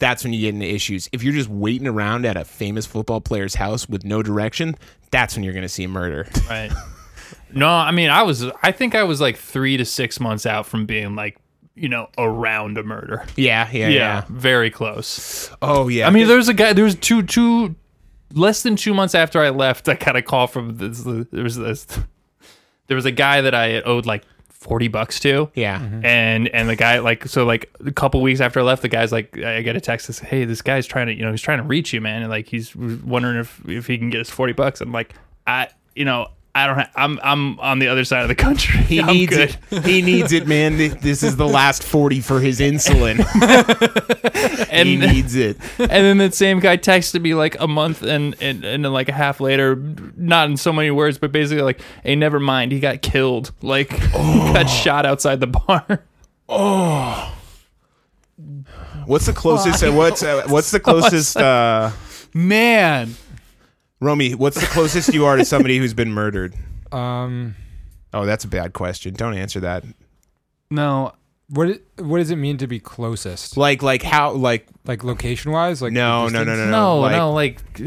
that's when you get into issues. If you're just waiting around at a famous football player's house with no direction, that's when you're gonna see a murder. right. No, I mean, I was I think I was like 3 to 6 months out from being like, you know, around a murder. yeah, yeah, yeah, very close. Oh yeah. I mean, there was a guy there was two two less than 2 months after I left, I got a call from this there was this there was a guy that I had owed like 40 bucks to. yeah. and and the guy like so like a couple weeks after I left, the guy's like I get a text that says, hey, this guy's trying to you know he's trying to reach you, man, and like he's wondering if if he can get his forty bucks. I'm like I you know I don't ha- I'm I'm on the other side of the country. He I'm needs good. it. He needs it, man. Th- This is the last forty for his insulin. he And needs it. and then that same guy texted me like a month and and and then like a half later, not in so many words, but basically like, hey, never mind, he got killed. Oh. Like he got shot outside the bar. What's the closest? Uh, what's uh, what's the closest? Uh, Man, Romy, what's the closest you are to somebody who's been murdered? Um, Oh, that's a bad question. Don't answer that. No, what it, what does it mean to be closest? Like like how like Like location wise? Like no the no no distance? no no, like, no,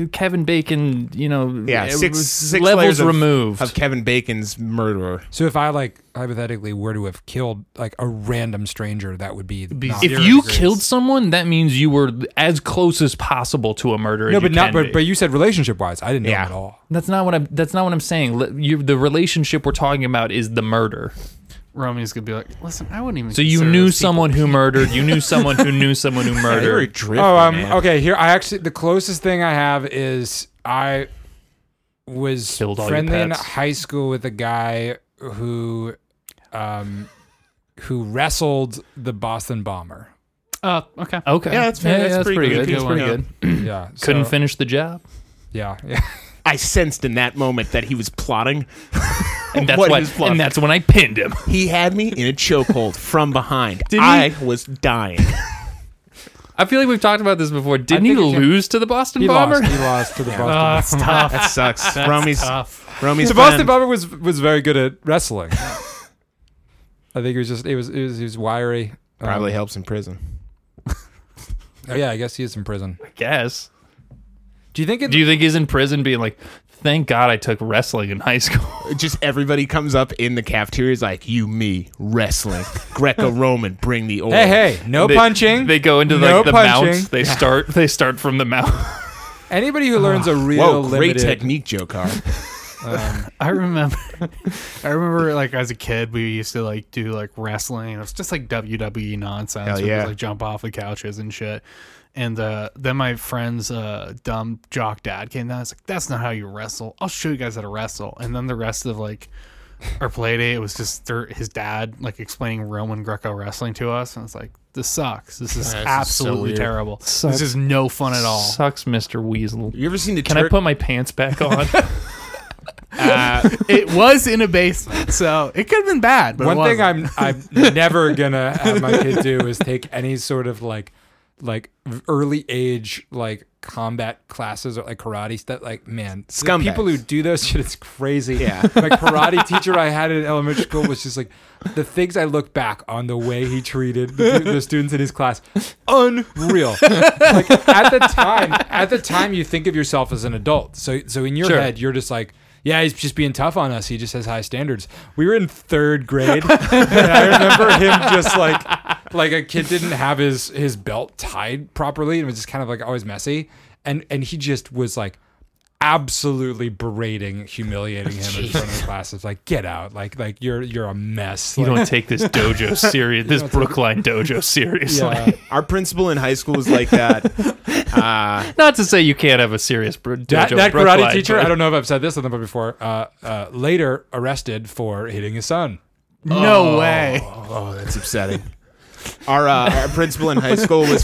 like Kevin Bacon, you know, yeah it six, was six levels layers of- removed. of Kevin Bacon's murderer. So if I like hypothetically were to have killed like a random stranger, that would be, not- if you killed someone, that means you were as close as possible to a murder. no, as but you not can be. but, but you said relationship wise. I didn't know Yeah. at all. that's not what I'm. That's not what I'm saying. Le- You, the relationship we're talking about is the murder. Romy's gonna be like, listen, I wouldn't even. So you consider knew those people someone who murdered. You knew someone who knew someone who You're murdered. drifting, Oh, um, man. okay. Here, I actually the closest thing I have is I was Killed all your friendly in pets. high school with a guy who, um, who wrestled the Boston Bomber. Oh, okay. Okay. Yeah, that's fair. That's pretty good. That's Good pretty one, good. Yeah, so- Couldn't finish the job. Yeah, yeah. I sensed in that moment that he was plotting. And that's What why- is fluff? And that's when I pinned him. He had me in a chokehold from behind. he? I was dying. I feel like we've talked about this before. Didn't he think it's- lose to the Boston He Bomber? lost. He lost to the Uh, Boston. Bomber. that sucks. Romy's Romy's The Boston friend- Bomber was was very good at wrestling. I think he was just it was it was, he was wiry. Um, probably helps in prison. oh, yeah, I guess he is in prison. Guess. Do you think it? Do you think he's in prison being like, thank God I took wrestling in high school? Just everybody comes up in the cafeteria is like, you, me, wrestling, Greco-Roman, bring the oil. hey, hey, no They- punching. They go into No like the punching. mounts. They start they start from the mount. Anybody who learns Ah. a real Whoa, great limited, technique, Joe Carr. I remember, I remember, like as a kid, we used to like do like wrestling. It was just like WWE nonsense. Hell where we, yeah. like jump off the couches and shit. And uh, then my friend's uh, dumb jock dad came down. I was like, "That's not how you wrestle. I'll show you guys how to wrestle." And then the rest of like our play day, it was just their, his dad like explaining Roman Greco wrestling to us, and I was like, "This sucks. This is absolutely weird. terrible. This is no fun at all." Sucks, Mr. Weasel. You ever seen the Can I Turk- put my pants back on? Uh, it was in a basement, so it could have been bad. But it One thing wasn't. I'm I'm never gonna have my kid do is take any sort of like like early age like combat classes or like karate stuff. Like man, the Scumbags. people who do those shit, it's crazy. Yeah. my karate teacher I had in elementary school was just like the things I look back on the way he treated the, the students in his class, unreal. like at the time, at the time you think of yourself as an adult. So so in your Sure. head you're just like. Yeah, he's just being tough on us. He just has high standards. We were in third grade, and I remember him just like, like a kid didn't have his his belt tied properly, and it was just kind of like always messy. And and he just was like absolutely berating, humiliating him in front of the class. It's like, get out! Like like you're you're a mess. you Like, don't take this dojo serious, this Brookline dojo seriously. yeah. Our principal in high school was like that. Uh, Not to say you can't have a serious bro- dojo. that, in that Brookline, karate teacher, but- I don't know if I've said this on the pod before, uh, uh, later arrested for hitting his son. no way. oh, that's upsetting. Our, uh, our principal in high school was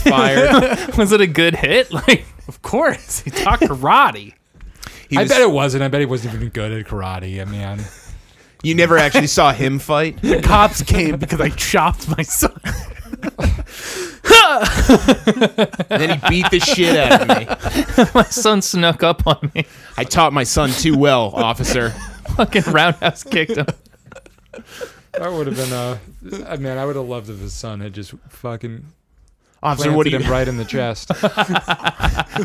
fired. Was it a good hit? Like, Of course, he taught karate. He I was- bet it wasn't. I bet he wasn't even good at karate. I mean, you never actually saw him fight. the cops came because I chopped my son. then he beat the shit out of me. my son snuck up on me, I taught my son too well, officer. fucking roundhouse kicked him. that would have been. Uh, I mean, I would have loved if his son had just fucking Officer, planted what do you? him right in the chest.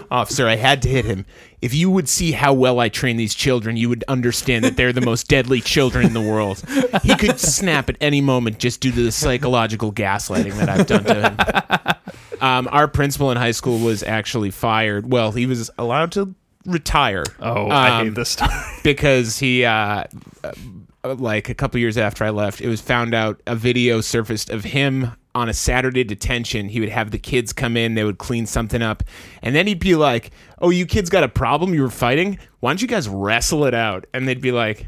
Officer, I had to hit him. If you would see how well I train these children, you would understand that they're the most deadly children in the world. He could snap at any moment just due to the psychological gaslighting that I've done to him. Um, our principal in high school was actually fired. Well, he was allowed to retire. Oh, I Um, hate this story. because he uh uh, like a couple years after I left, it was found out a video surfaced of him on a Saturday detention. He would have the kids come in, they would clean something up, and then he'd be like, "Oh, you kids got a problem? You were fighting? Why don't you guys wrestle it out?" And they'd be like,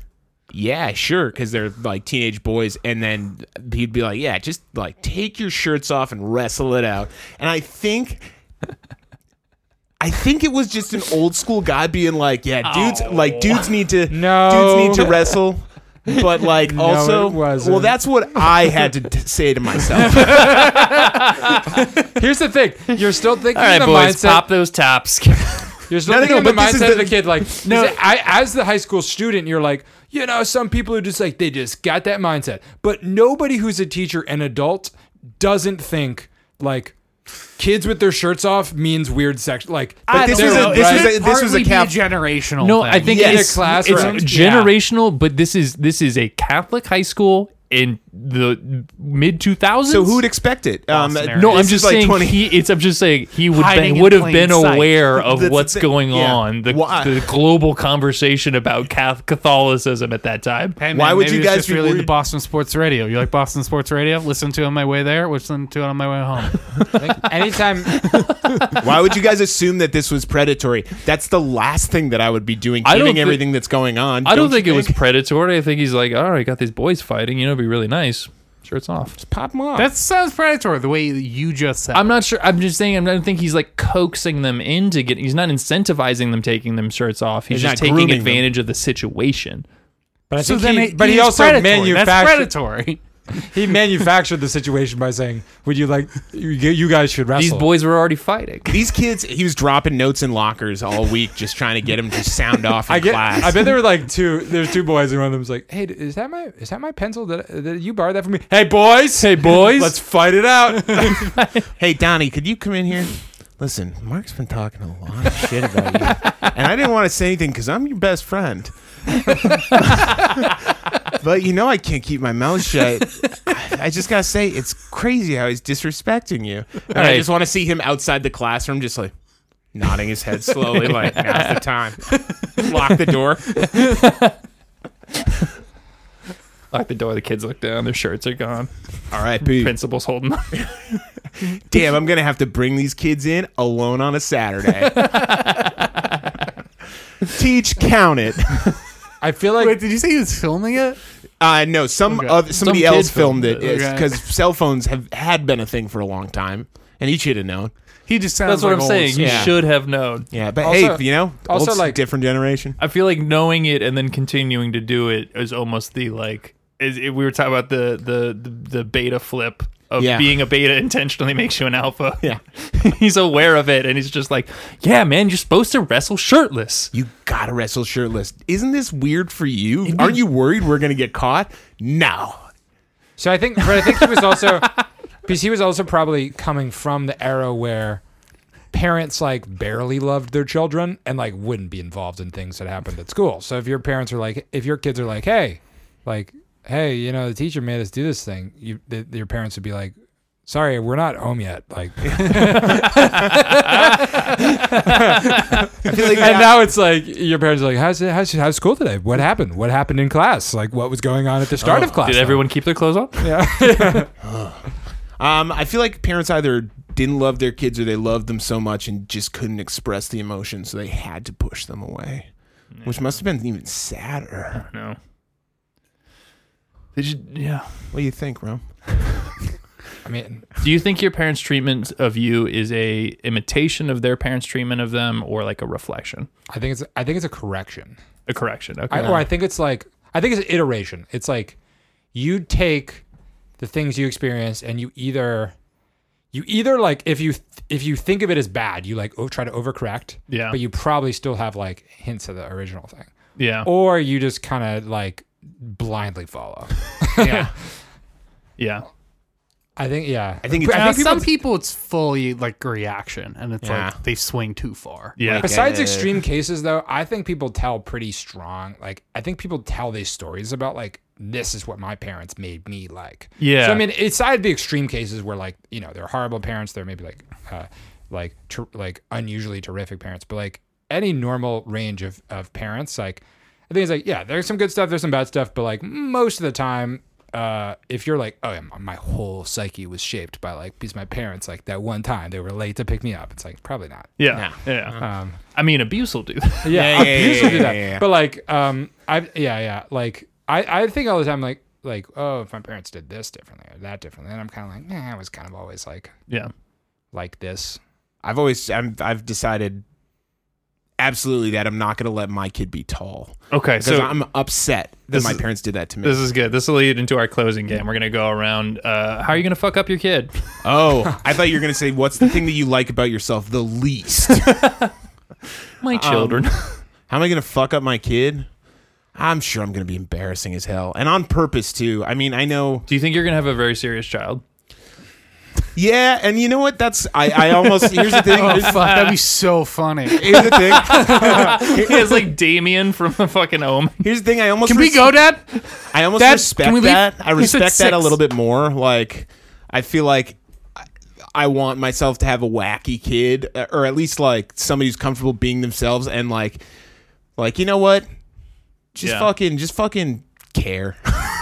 "Yeah, sure," because they're like teenage boys. And then he'd be like, "Yeah, just like take your shirts off and wrestle it out." And I think I think it was just an old school guy being like, "Yeah, dudes, like dudes need to No. dudes need to wrestle." but like also it wasn't. well that's what I had to t- say to myself. Here's the thing: you're still thinking All right, in the boys, mindset. pop those tops. You're still No, no, thinking no, in the but this is mindset of the- the kid. Like, no, I, as the high school student, you're like, you know, some people who just like they just got that mindset. But nobody who's a teacher and adult doesn't think like kids with their shirts off means weird sex. Like, But this they're was a right. this was a this was a Partly be cap generational. No, thing. I think Yes. it's, Classroom. it's generational, but this is this is a Catholic high school in the mid 2000s. so who'd expect it? Um, scenario. No, this I'm is just like saying 20 he. It's I'm just saying he would Hiding been, in would have plain been sight. aware of That's the what's thing. going Yeah. on. The, Why- the global conversation about Cath- Catholicism at that time. Hey, man, Why would maybe you it's guys just be really into worried- Boston Sports Radio? You like Boston Sports Radio? Listen to it on my way there. Listen to it on my way home. Like, anytime Why would you guys assume that this was predatory? That's the last thing that I would be doing, I don't giving thi- everything that's going on. I don't you think it was predatory. I think he's like, all right, got these boys fighting. You know, it'd be really nice. Shirts off. pop 'em off. That sounds predatory. The way you just said. I'm not sure. I'm just saying. I'm not- I don't think he's like coaxing them into getting. He's not incentivizing them taking them shirts off. He's, He's just not taking grooming them. advantage of the situation. But I so think then, he, it but he is also predatory. That's manufactured. predatory. He manufactured the situation by saying, "Would you like you, you guys should wrestle?" These boys were already fighting. These kids, he was dropping notes in lockers all week, just trying to get him to sound off in I get. class. I bet there were like two. There's two boys, and one of them's like, "Hey, is that my is that my pencil? Did, did you borrow that from me? Hey, boys! Hey, boys! Let's fight it out!" hey, Donnie, could you come in here? Listen, Mark's been talking a lot of shit about you, and I didn't want to say anything because I'm your best friend. but you know, I can't keep my mouth shut. I, I just gotta say, it's crazy how he's disrespecting you. And I Right. just want to see him outside the classroom, just like nodding his head slowly, like now's the time. Lock the door. Lock the door. The kids look down. Their shirts are gone. R.I.P. Principal's holding. Them. Damn, I'm gonna have to bring these kids in alone on a Saturday. Teach, count it. I feel like Wait, did you say he was filming it? Uh, no, some Okay. other, somebody Some kid else filmed, filmed it it. Okay. because cell phones have had been a thing for a long time, and he should have known. He just sounds. That's what like I'm old saying. You Yeah. should have known. Yeah, but Also- hey, you know, also, old- like- different generation. I feel like knowing it and then continuing to do it is almost the like. Is, if we were talking about the the the, the beta flip of Yeah. being a beta intentionally makes you an alpha. Yeah. he's aware of it and he's just like, yeah, man, you're supposed to wrestle shirtless. You gotta wrestle shirtless. Isn't this weird for you? Aren't you worried we're gonna get caught? No. so. I think, but I think he was also because he was also probably coming from the era where parents like barely loved their children and like wouldn't be involved in things that happened at school. So if your parents are like, if your kids are like, "Hey, like, hey, you know, the teacher made us do this thing," you, th- your parents would be like. Sorry, we're not home yet. Like, I feel like and now it's like your parents are like, how's it, how's, how's school today? What happened? What happened in class? Like, what was going on at the start of class? Oh, Did everyone keep their clothes on? Um, I feel like parents either didn't love their kids or they loved them so much and just couldn't express the emotion, so they had to push them away, which must have been even sadder. No. Did you, yeah. What do you think, Rome? I mean, Do you think your parents' treatment of you is a imitation of their parents' treatment of them, or like a reflection, I think it's I think it's a correction, a correction? Okay. I, or I think it's like I think it's an iteration. It's like you take the things you experience and you either you either like if you if you think of it as bad, you like oh, try to overcorrect, Yeah. but you probably still have like hints of the original thing, yeah. Oh, or you just kind of like blindly follow. Yeah. yeah. I think yeah, I think it's But I Now, think people some people, it's fully like reaction, and it's Yeah. like they swing too far. Yeah. Besides Uh, extreme cases, though, I think people tell pretty strong. Like, I think people tell these stories about like this is what my parents made me like. Yeah. So I mean, aside the extreme cases where like you know they're horrible parents, they're maybe like, uh, like ter- like unusually terrific parents, but like any normal range of of parents, like I think it's like yeah, there's some good stuff, there's some bad stuff, but like most of the time. Uh, if you're like, oh, yeah, my whole psyche was shaped by like, because my parents like that one time they were late to pick me up. It's like probably not. Yeah. Yeah. Um, I mean, abuse will do that. yeah, Yeah, yeah, abuse yeah, will do yeah, that. yeah, yeah. But like, um, I yeah, yeah, like I, I think all the time like like oh if my parents did this differently or that differently, and I'm kind of like nah, I was kind of always like yeah. like this. I've always I'm, I've decided absolutely that I'm not going to let my kid be tall Okay, because so I'm upset that this my is- parents did that to me. this is good. This will lead into our closing game. We're gonna go around. Uh, how are you gonna fuck up your kid? oh, I thought you were going to say what's the thing that you like about yourself the least? My children. How am I going to fuck up my kid? I'm sure I'm going to be embarrassing as hell and on purpose too. I mean, I know Do you think you're gonna have a very serious child? Yeah, and you know what? That's I. I almost here's the thing. Here's, That'd be so funny. here's the thing. It's like Damien from a fucking Omen. Here's the thing. I almost Can we res- go, Dad? I almost Dad, respect can we leave? that. I He said respect that a six. little bit more. Like, I feel like I- I want myself to have a wacky kid, uh, or at least like somebody who's comfortable being themselves, and like, like you know what? Just Yeah. fucking, just fucking care.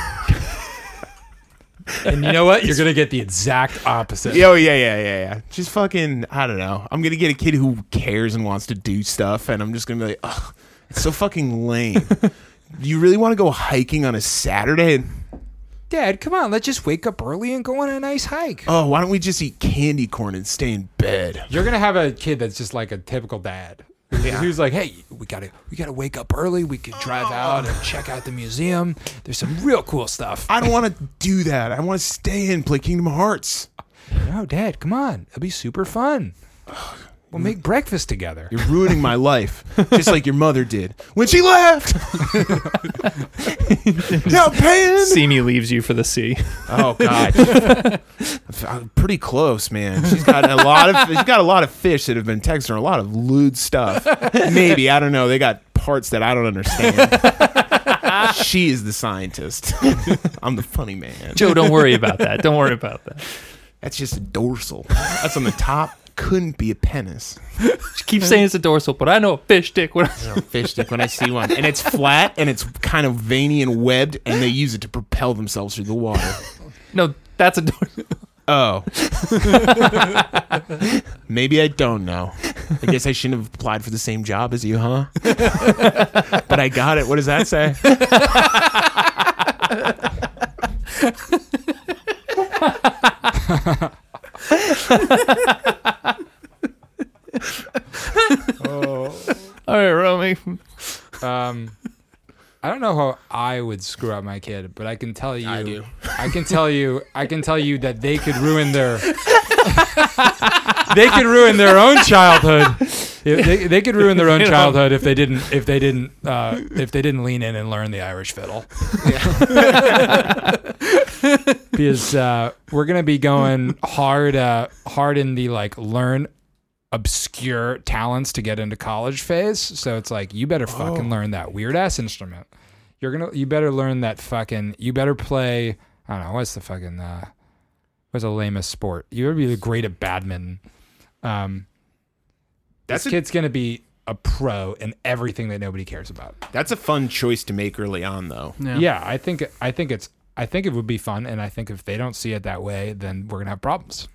And you know what? You're gonna get the exact opposite. oh yeah, yeah, yeah, yeah. Just fucking. I don't know. I'm gonna get a kid who cares and wants to do stuff, and I'm just gonna be like, Ugh, it's so fucking lame. Do you really want to go hiking on a Saturday? Dad, come on, let's just wake up early and go on a nice hike. Oh, why don't we just eat candy corn and stay in bed? You're gonna have a kid that's just like a typical dad. Who's like, hey, we gotta we gotta wake up early. We could drive out and check out the museum. There's some real cool stuff. I don't want to do that. I want to stay in, play Kingdom Hearts. No, Dad, come on. It'll be super fun. We'll make breakfast together. You're ruining my life, just like your mother did when she left. now, Pan. Simi leaves you for the sea. Oh God, I'm pretty close, man. She's got a lot of she's got a lot of fish that have been texting her a lot of lewd stuff. Maybe I don't know. They got parts that I don't understand. she is the scientist. I'm the funny man. Joe, don't worry about that. Don't worry about that. That's just a dorsal. That's on the top. Couldn't be a penis. She keeps saying it's a dorsal, but I know a fish dick. When I- Fish stick when I see one, and it's flat and it's kind of veiny and webbed, and they use it to propel themselves through the water. no, that's a dorsal. Oh. Maybe I don't know. I guess I shouldn't have applied for the same job as you, huh? but I got it. What does that say? All right, Romy. Um, I don't know how I would screw up my kid, but I can tell you, I, do. can tell you, I can tell you that they could ruin their, they could ruin their own childhood. If They, they could ruin their own You know? childhood if they didn't, if they didn't, uh, if they didn't lean in and learn the Irish fiddle. because uh, we're gonna be going hard, uh, hard in the like learn obscure talents to get into college phase. So it's like you better fucking learn that weird ass instrument. You're gonna you better learn that fucking you better play I don't know, what's the fucking uh what's the lamest sport? You better be great at badminton. Um That's this a, kid's gonna be a pro in everything that nobody cares about. that's a fun choice to make early on, though. Yeah. I think I think it's I think it would be fun and I think if they don't see it that way, then we're gonna have problems.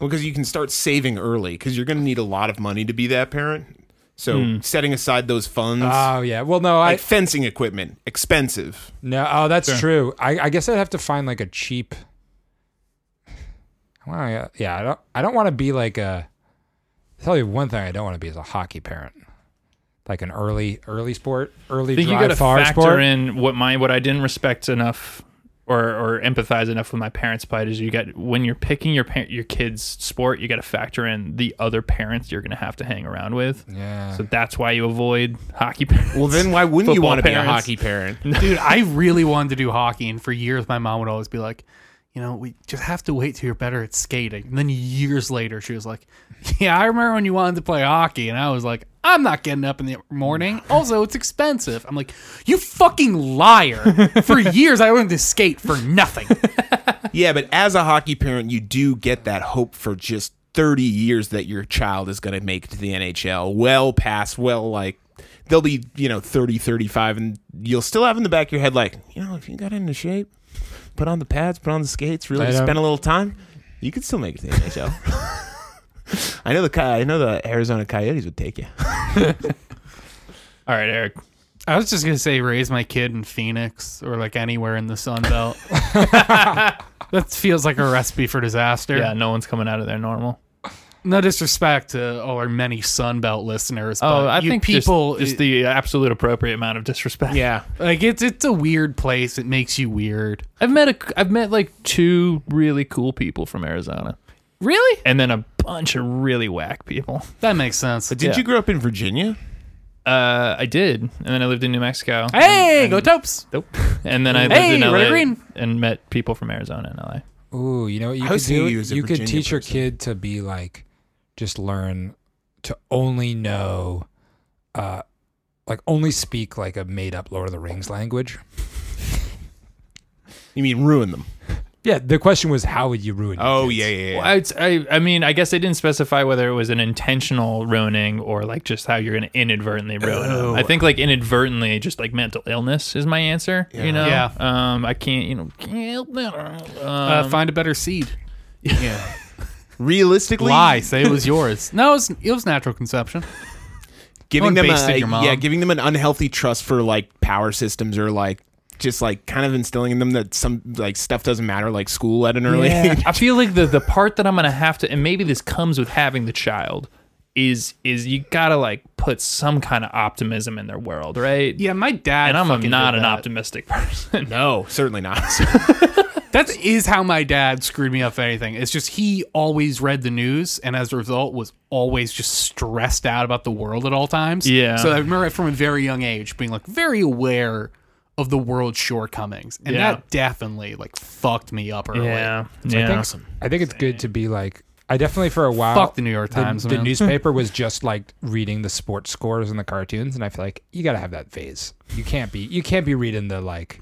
Well, because you can start saving early because you're going to need a lot of money to be that parent. So Hmm. setting aside those funds, Uh, Oh yeah. Well no, I like fencing equipment, expensive. No, oh, that's true. I, I guess I'd have to find like a cheap. Well, yeah, yeah, I don't. I don't want to be like a. I'll tell you one thing, I don't want to be is a hockey parent, like an early, early sport, early I think you drive got to far factor sport. in what my what I didn't respect enough or or empathize enough with my parents by is you got when you're picking your par- your kids sport, you got to factor in the other parents you're going to have to hang around with. yeah, So that's why you avoid hockey parents. Well, then why wouldn't you Football want to be a parents. hockey parent? Dude, I really wanted to do hockey, and for years my mom would always be like, you know, we just have to wait till you're better at skating. And then years later, she was like, "Yeah, I remember when you wanted to play hockey," and I was like, "I'm not getting up in the morning. Also, it's expensive." I'm like, "You fucking liar!" For years, I wanted to skate for nothing. Yeah, but as a hockey parent, you do get that hope for just 30 years that your child is going to make it to the NHL. Well past, well, like, they'll be, you know, 30, 35, and you'll still have in the back of your head, like, you know, if you got into shape, put on the pads, put on the skates, really I don't- spend a little time, you could still make it to the NHL. I know the Coy- I know the Arizona Coyotes would take you. All right, Eric. I was just gonna say, raise my kid in Phoenix or like anywhere in the Sun Belt. that feels like a recipe for disaster. Yeah, no one's coming out of there normal. No disrespect to all our many Sunbelt listeners. Oh, but I you think just- people just, the absolute appropriate amount of disrespect. yeah, like it's it's a weird place. It makes you weird. I've met a I've met like two really cool people from Arizona, Really? and then a bunch of really whack people. That makes sense. Did Yeah. you grow up in Virginia? Uh, I did, and then I lived in New Mexico. Hey, go Topes! Nope. And then I lived Hey, in red or LA green? and met people from Arizona and LA. Ooh, you know what you I could was thinking do? you as a You could Virginia teach your person. kid to be like, just learn to only know, uh, like only speak like a made up Lord of the Rings language. You mean ruin them? Yeah, the question was, how would you ruin? your Oh kids? yeah, yeah, yeah. Well, I, I, I mean, I guess they didn't specify whether it was an intentional ruining or like just how you're going to inadvertently ruin Oh. them. I think like inadvertently, just like mental illness is my answer. You know, Yeah. Um, I can't, you know, can't help that. Uh, Um, find a better seed. Realistically, Lie. Say it was yours. No, it was, it was natural conception. giving them Someone basted a, your mom. yeah, giving them an unhealthy trust for like power systems or like just like kind of instilling in them that some like stuff doesn't matter, like school at an early age. I feel like the the part that I'm gonna have to, and maybe this comes with having the child, is is you gotta like put some kind of optimism in their world, right? Yeah, my dad. And I'm a, fucking not did an that. optimistic person. No, certainly not. That is how my dad screwed me up. If anything, it's just he always read the news, and as a result, was always just stressed out about the world at all times. Yeah. So I remember from a very young age being like very aware of the world's shortcomings, and Yeah. that definitely like fucked me up early. yeah, I think, yeah. I think it's good to be like. I definitely for a while. Fuck the New York Times, The, the man. newspaper was just like reading the sports scores and the cartoons, and I feel like you gotta have that phase. You can't be. You can't be reading the like.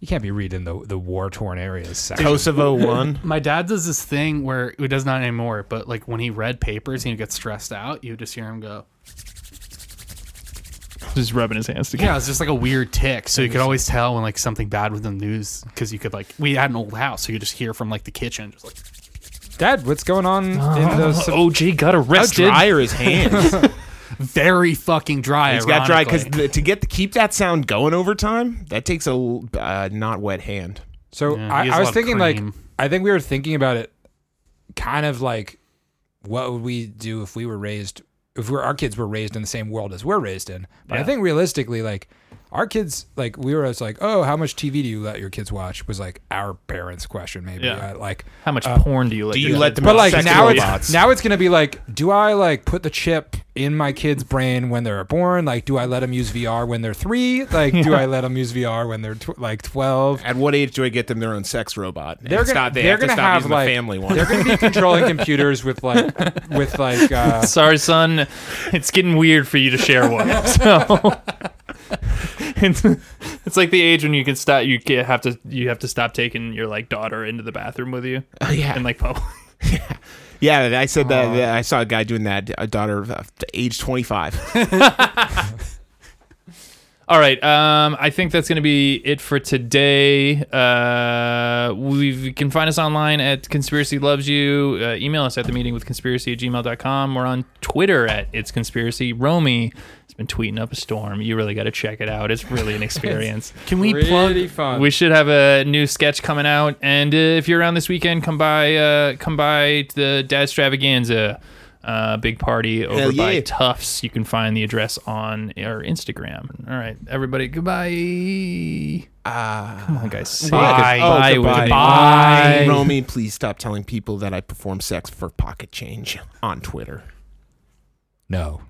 You can't be reading the the war torn areas. section. Kosovo won. My dad does this thing where he does not anymore, but like when he read papers and he gets stressed out, you would just hear him go, Just rubbing his hands together. Yeah, it's just like a weird tick. So you could always tell when like something bad was in the news because you could like we had an old house, so you just hear from like the kitchen, just like Dad, what's going on in Oh, those? OG Oh, got arrested. Dry are his hands. very fucking dry. He's got dry because ironically. to get to keep that sound going over time, that takes a l- uh, not wet hand. So Yeah, I, he has I a was lot of thinking like cream. I think we were thinking about it kind of like what would we do if we were raised if we were, our kids were raised in the same world as we're raised in. But I think realistically like our kids like we were just like, "Oh, how much TV do you let your kids watch?" was like our parents' question maybe. Yeah. Uh, like How much porn do you let? do you your let them but like sex now robots. it's, now it's gonna be like do i like put the chip in my kid's brain when they're born like do i let them use vr when they're three like do i let them use vr when they're tw- like 12 At what age do I get them their own sex robot? they're It's gonna, not- they they're have to gonna stop have using the like family one. They're gonna be controlling computers with like with like uh, Sorry, son. It's getting weird for you to share one. So it's, it's like the age when you can stop. You ca- have to. You have to stop taking your like daughter into the bathroom with you. Oh yeah. And like public. Yeah, I said that, that- I saw a guy doing that. A daughter of uh, age twenty five. All right. Um, I think that's going to be it for today. Uh, we've, you can find us online at Conspiracy Loves You. Uh, email us at the meeting with conspiracy at gmail.com. We're on Twitter at It's Conspiracy. Romy has been tweeting up a storm. You really got to check it out. It's really an experience. Can we plug? pretty fun. we should have a new sketch coming out. And uh, if you're around this weekend, come by uh, come by to the Dad Stravaganza. Uh, big party over Hell by yeah. Tufts. You can find the address on our Instagram. All right, everybody, goodbye. Come on, guys. Say Ah. Bye. goodbye. Oh, with goodbye. me. Hey, Romy, please stop telling people that I perform sex for pocket change on Twitter. no.